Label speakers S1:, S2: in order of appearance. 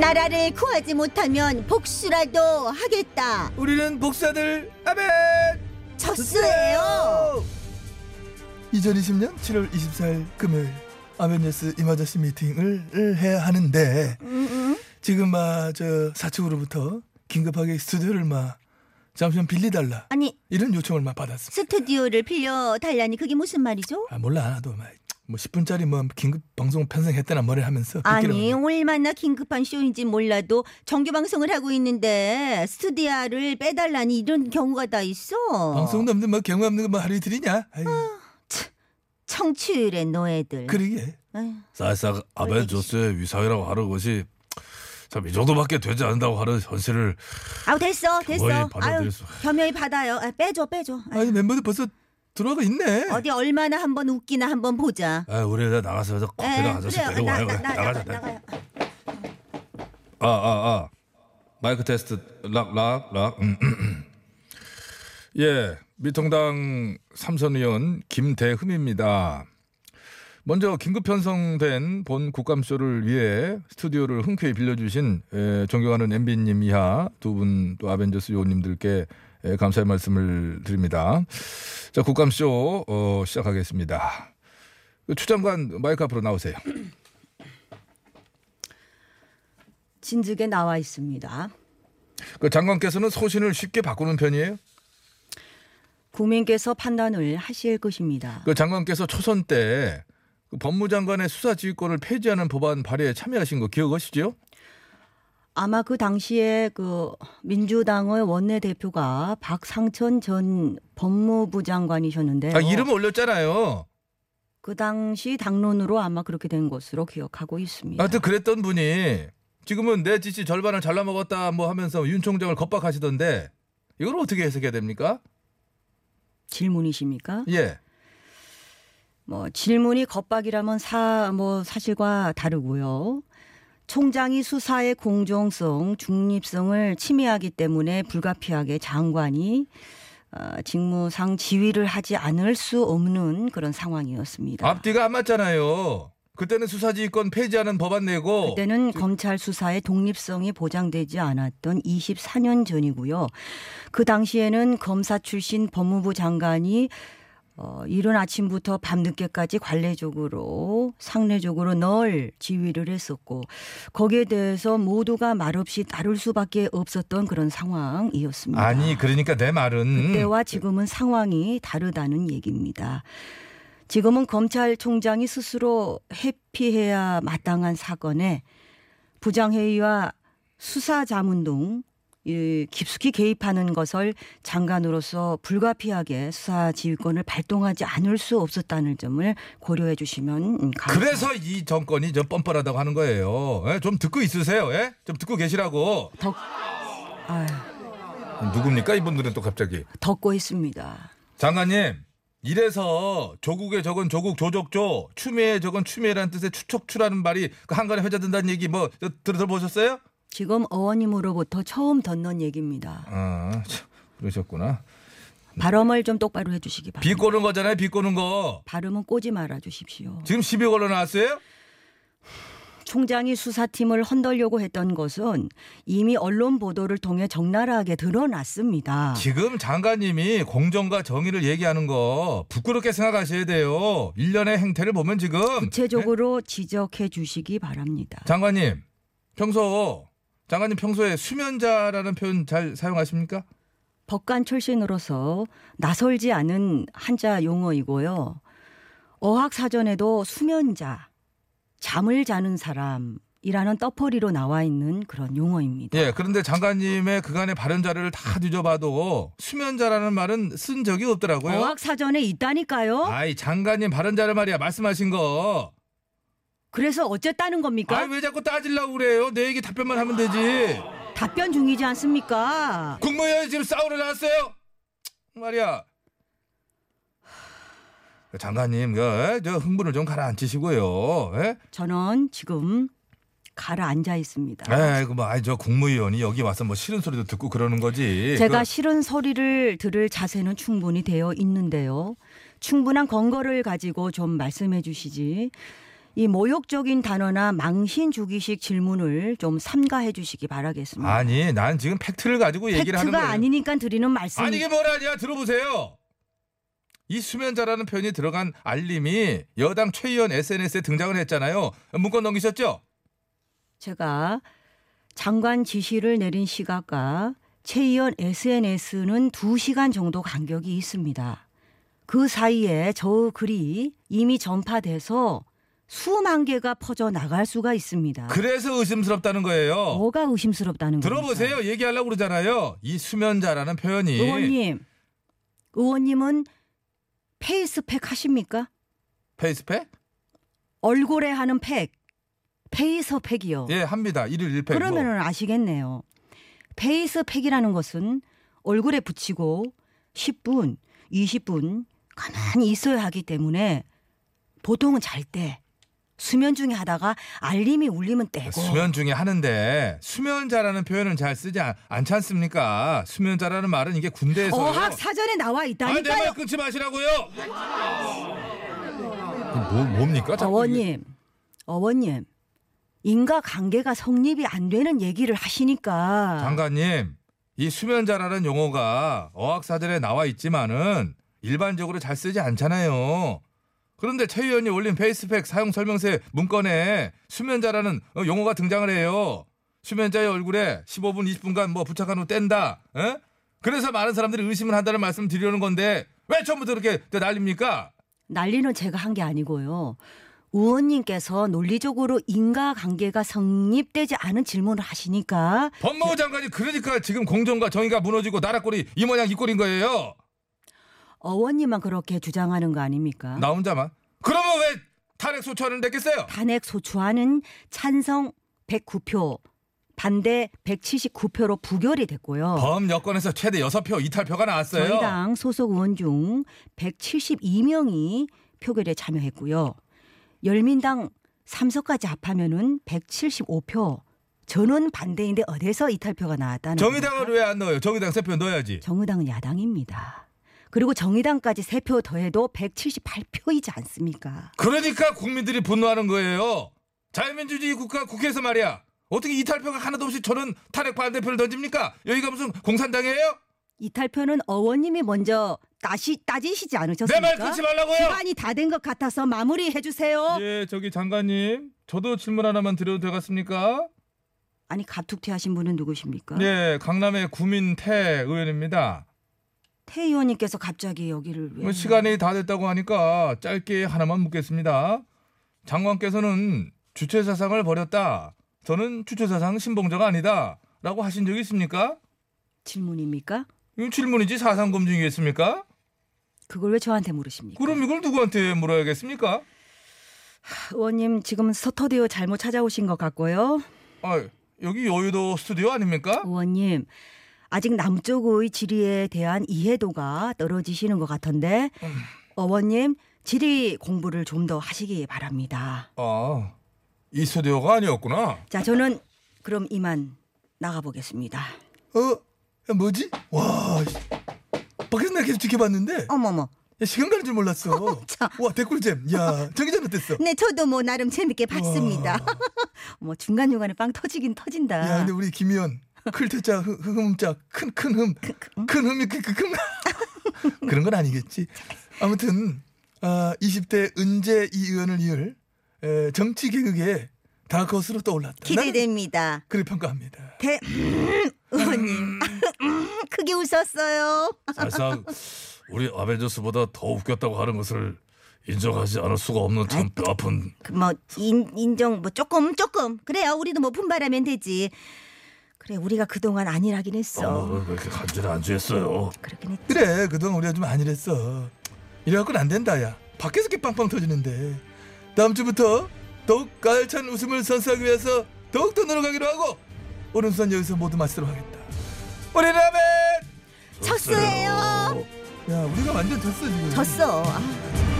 S1: 나라를 구하지 못하면 복수라도 하겠다.
S2: 우리는 복사들 아멘
S1: 졌어요.
S2: 2020년 7월 24일 금요일 아벤져스 이마저스 미팅을 해야 하는데 지금 막저 사측으로부터 긴급하게 스튜디오를 막 잠시만 빌리달라
S1: 아니
S2: 이런 요청을 막 받았습니다.
S1: 스튜디오를 빌려 달라니 그게 무슨 말이죠?
S2: 아 몰라 나도 막뭐 10분짜리 뭐 긴급 방송 편성했다나 뭐래 하면서
S1: 아니
S2: 빗기라고
S1: 얼마나 긴급한 쇼인지 몰라도 정규 방송을 하고 있는데 스튜디오를 빼달라니 이런 경우가 다 있어.
S2: 방송도 없는 뭐 경험 없는 거뭐 하루 이틀이냐? 아이,
S1: 청취율의 노예들.
S2: 그러게
S1: 에휴,
S3: 사실상 아벤조스의 위상이라고 하는 것이 참 이 정도밖에 되지 않는다고 하는 현실을
S1: 아우 됐어 됐어.
S3: 거의 받아들일
S1: 아유
S3: 수-
S1: 겸허히 받아요. 아, 빼줘 빼줘. 아유,
S2: 아니 멤버들 벌써 들어가 있네.
S1: 어디 얼마나 한번 웃기나 한번 보자.
S3: 아, 우리 가 나가서 저 커피나 한 잔씩 데리고 와요. 네, 그래, 나가자.
S1: 나가요.
S3: 아, 아, 아. 마이크 테스트 락, 락, 락. 음, 음, 음. 예, 미통당 삼선 의원 김대흠입니다. 먼저 긴급 편성된 본 국감쇼를 위해 스튜디오를 흔쾌히 빌려주신 에, 존경하는 MB님 이하 두 분 또 아벤져스 요원님들께 에, 감사의 말씀을 드립니다. 자, 국감쇼 어, 시작하겠습니다. 추장관 마이크 앞으로 나오세요.
S1: 진즉에 나와 있습니다.
S3: 그 장관께서는 소신을 쉽게 바꾸는 편이에요?
S4: 국민께서 판단을 하실 것입니다.
S3: 그 장관께서 초선 때그 법무장관의 수사지휘권을 폐지하는 법안 발의에 참여하신 거 기억하시죠?
S4: 아마 그 당시에 그 민주당의 원내대표가 박상천 전 법무부 장관이셨는데
S3: 아, 이름 올렸잖아요.
S4: 그 당시 당론으로 아마 그렇게 된 것으로 기억하고 있습니다.
S3: 하여튼 그랬던 분이 지금은 내 지시 절반을 잘라먹었다 뭐 하면서 윤 총장을 겁박하시던데 이걸 어떻게 해석해야 됩니까?
S4: 질문이십니까?
S3: 예.
S4: 뭐 질문이 겁박이라면 사 뭐 사실과 다르고요. 총장이 수사의 공정성, 중립성을 침해하기 때문에 불가피하게 장관이 어, 직무상 지휘를 하지 않을 수 없는 그런 상황이었습니다.
S3: 앞뒤가 안 맞잖아요. 그때는 수사지휘권 폐지하는 법안 내고
S4: 그때는 검찰 수사의 독립성이 보장되지 않았던 24년 전이고요. 그 당시에는 검사 출신 법무부 장관이 어, 이른 아침부터 밤늦게까지 관례적으로 상례적으로 널 지휘를 했었고 거기에 대해서 모두가 말없이 따를 수밖에 없었던 그런 상황이었습니다.
S3: 아니 그러니까 내 말은
S4: 그때와 지금은 상황이 다르다는 얘기입니다. 지금은 검찰총장이 스스로 회피해야 마땅한 사건에 부장회의와 수사자문동 이, 깊숙이 개입하는 것을 장관으로서 불가피하게 수사지휘권을 발동하지 않을 수 없었다는 점을 고려해 주시면 감사합니다.
S3: 그래서 이 정권이 좀 뻔뻔하다고 하는 거예요. 예? 좀 듣고 있으세요. 예? 좀 듣고 계시라고.
S4: 덕, 아유,
S3: 누굽니까 이분들은 또 갑자기
S4: 덮고 있습니다.
S3: 장관님 이래서 조국의 저건 조국 조족조 추미애 저건 추미애라는 뜻의 추척추라는 말이 그 한간에 회자된다는 얘기 뭐 저- 들어보셨어요?
S4: 지금 어원님으로부터 처음 듣는 얘기입니다.
S3: 아 참, 그러셨구나
S4: 발음을 좀 똑바로 해주시기 바랍니다.
S3: 비 꼬는 거잖아요 비 꼬는 거
S4: 발음은 꼬지 말아 주십시오.
S3: 지금 시비 걸러 나왔어요?
S4: 총장이 수사팀을 흔들려고 했던 것은 이미 언론 보도를 통해 적나라하게 드러났습니다.
S3: 아. 지금 장관님이 공정과 정의를 얘기하는 거 부끄럽게 생각하셔야 돼요 일련의 행태를 보면 지금
S4: 구체적으로 지적해 주시기 바랍니다.
S3: 장관님 평소 장관님 평소에 수면자라는 표현 잘 사용하십니까?
S4: 법관 출신으로서 나설지 않은 한자 용어이고요. 어학 사전에도 수면자, 잠을 자는 사람 이라는 떠퍼리로 나와 있는 그런 용어입니다.
S3: 예, 그런데 장관님의 그간의 발언 자료를 다 뒤져봐도 수면자라는 말은 쓴 적이 없더라고요.
S4: 어학 사전에 있다니까요.
S3: 아이, 장관님 발언 자료 말이야. 말씀하신 거.
S4: 그래서 어쨌다는 겁니까?
S3: 아이, 왜 자꾸 따지려고 그래요? 내 얘기 답변만 하면 되지.
S4: 답변 중이지 않습니까?
S3: 국무위원이 지금 싸우러 나왔어요. 말이야. 장관님, 그, 저 흥분을 좀 가라앉히시고요. 예?
S4: 저는 지금 가라앉아 있습니다.
S3: 에이, 그 뭐, 아이, 저 국무위원이 여기 와서 뭐 싫은 소리도 듣고 그러는 거지.
S4: 제가
S3: 그-
S4: 싫은 소리를 들을 자세는 충분히 되어 있는데요. 충분한 근거를 가지고 좀 말씀해 주시지. 이 모욕적인 단어나 망신 주기식 질문을 좀 삼가해 주시기 바라겠습니다.
S3: 그, 아니, 난 지금 팩트를 가지고 얘기를 하는 거예요.
S4: 팩트가 아니니까 드리는 말씀.
S3: 아니 이게 뭐라냐 들어보세요. 이 수면자라는 표현이 들어간 알림이 여당 최 의원 SNS에 등장을 했잖아요. 문건 넘기셨죠?
S4: 제가 장관 지시를 내린 시각과 최 의원 SNS는 2시간 정도 간격이 있습니다. 그 사이에 저 글이 이미 전파돼서 수만 개가 퍼져 나갈 수가 있습니다.
S3: 그래서 의심스럽다는 거예요.
S4: 뭐가 의심스럽다는 거예요?
S3: 어. 들어보세요. 얘기하려고 그러잖아요. 이 수면자라는 표현이
S4: 음, 네. 의원님. 의원님은 페이스팩 하십니까?
S3: 페이스팩?
S4: 어. 얼굴에 하는 팩. 페이서팩이요.
S3: 예, 합니다. 일일 일팩 뭐.
S4: 그러면은 아시겠네요. 페이스팩이라는 것은 얼굴에 붙이고 10분, 20분 가만히 있어야 하기 때문에 보통은 잘 때 수면 중에 하다가 알림이 울리면 떼고
S3: 예, 수면 중에 하는데 수면자라는 표현은 잘 쓰지 않, 않지 않습니까? 수면자라는 말은 이게 군대에서
S4: 어학 사전에 나와
S3: 아니 네,
S4: 있다니까요.
S3: 내말 끊지 마시라고요. 뭐 뭡니까? 자꾸 이게-
S4: 어원님, 어원님, 인과 관계가 성립이 안 되는 얘기를 하시니까
S3: 장관님, 이 수면자라는 용어가 어학사전에 나와 있지만은 일반적으로 잘 쓰지 않잖아요. 그런데 최 의원이 올린 페이스팩 사용 설명서의 문건에 수면자라는 어, 용어가 등장을 해요. 수면자의 얼굴에 15분, 20분간 뭐 부착한 후 뗀다. 에? 그래서 많은 사람들이 의심을 한다는 말씀 드리려는 건데 왜 처음부터 그렇게 날립니까?
S4: 난리는 제가 한 게 아니고요. 의원님께서 논리적으로 인과 관계가 성립되지 않은 질문을 하시니까
S3: 법무부 장관이 그러니까 지금 공정과 정의가 무너지고 나라 꼴이 이 모양 이 꼴인 거예요.
S4: 어원님만 그렇게 주장하는 거 아닙니까?
S3: 나 혼자만. 그러면 왜 탄핵 소추안을 냈겠어요?
S4: 탄핵 소추안은 찬성 109표, 반대 179표로 부결이 됐고요.
S3: 범 여권에서 최대 6표 이탈표가 나왔어요.
S4: 저희 당 소속 의원 중 172명이 표결에 참여했고요. 열민당 3석까지 합하면은 175표. 저는 반대인데 어디서 이탈표가 나왔다는
S3: 정의당을
S4: 겁니까?
S3: 왜 안 넣어요? 정의당 3표 넣어야지.
S4: 정의당은 야당입니다. 그리고 정의당까지 3표 더해도 178표이지 않습니까?
S3: 그러니까 국민들이 분노하는 거예요. 자유민주주의 국가 국회에서 말이야. 어떻게 이탈표가 하나도 없이 저는 탄핵 반대표를 던집니까? 여기가 무슨 공산당이에요?
S4: 이탈표는 어원님이 먼저 다시 따지시지 않으셨습니까?
S3: 내 말 끊지 말라고요.
S4: 시간이 다 된 것 같아서 마무리해 주세요.
S3: 예, 저기 장관님. 저도 질문 하나만 드려도 되겠습니까?
S4: 아니 갑툭튀하신 분은 누구십니까?
S3: 예, 강남의 구민태 의원입니다.
S4: 태 의원님께서 갑자기 여기를
S2: 예.
S4: 왜?
S3: 뭐 시간이 다 됐다고 하니까 짧게 하나만 묻겠습니다. 장관께서는 주체사상을 버렸다. 저는 주체사상 신봉자가 아니다. 라고 하신 적이 있습니까?
S4: 질문입니까?
S3: 이건 질문이지 사상검증이겠습니까?
S4: 그걸 왜 저한테 물으십니까?
S3: 그럼 이걸 누구한테 물어야겠습니까?
S4: 의원님 지금 서터디오 잘못 찾아오신 것 같고요.
S3: 아, 여기 여의도 스튜디오 아닙니까?
S4: 의원님 아직 남쪽의 지리에 대한 이해도가 떨어지시는 것 같은데
S3: 음.
S4: 의원님 지리 공부를 좀 더 하시기 바랍니다.
S3: 아, 이 스튜디오가 아니었구나.
S4: 자 저는 그럼 이만 나가보겠습니다.
S2: 어? 야, 뭐지? 와, 씨. 밖에서 나 계속 지켜봤는데
S1: 어머머.
S2: 야, 시간 가는 줄 몰랐어.
S1: 참.
S2: 와, 댓글잼. 야, 저기전 어땠어?
S1: 네, 저도 뭐 나름 재밌게 봤습니다.
S4: 뭐 중간 중간에 빵 터지긴 터진다.
S2: 야, 근데 우리 김희연 클태자 흠자 큰 큰 흠, 큰 흠이 그큰 그런 건 아니겠지. 아무튼 아, 20대 은재 이 의원을 이을 에, 정치 개그의 다크호스로 떠올랐다. 나는
S1: 기대됩니다.
S2: 그렇게 평가합니다.
S1: 대
S2: 음.
S1: 의원님
S4: 음,
S1: 크게 웃었어요.
S4: 아,
S3: 사실상 우리 아벤져스보다 더 웃겼다고 하는 것을
S5: 인정하지 않을 수가 없는 참 뼈아픈
S4: 그뭐 인, 인정 뭐 조금 조금 그래요 우리도 뭐 분발하면 되지 그래 우리가 그동안 안일하긴 했어
S5: 어, 왜 이렇게 간절히 안주했어요.
S4: 그렇긴 했지
S3: 그래 그동안 우리가 좀 안일했어 이래갖고는 안 된다 야 밖에서 이렇게 빵빵 터지는데 다음 주부터 더욱 가열찬 웃음을 선사하기 위해서 더욱더 노력하기로 하고 오른손 여기서 모두 마치도록 하겠다 우리 라멘
S4: 졌어요
S3: 야 우리가 완전 됐어 지금
S4: 졌어 아,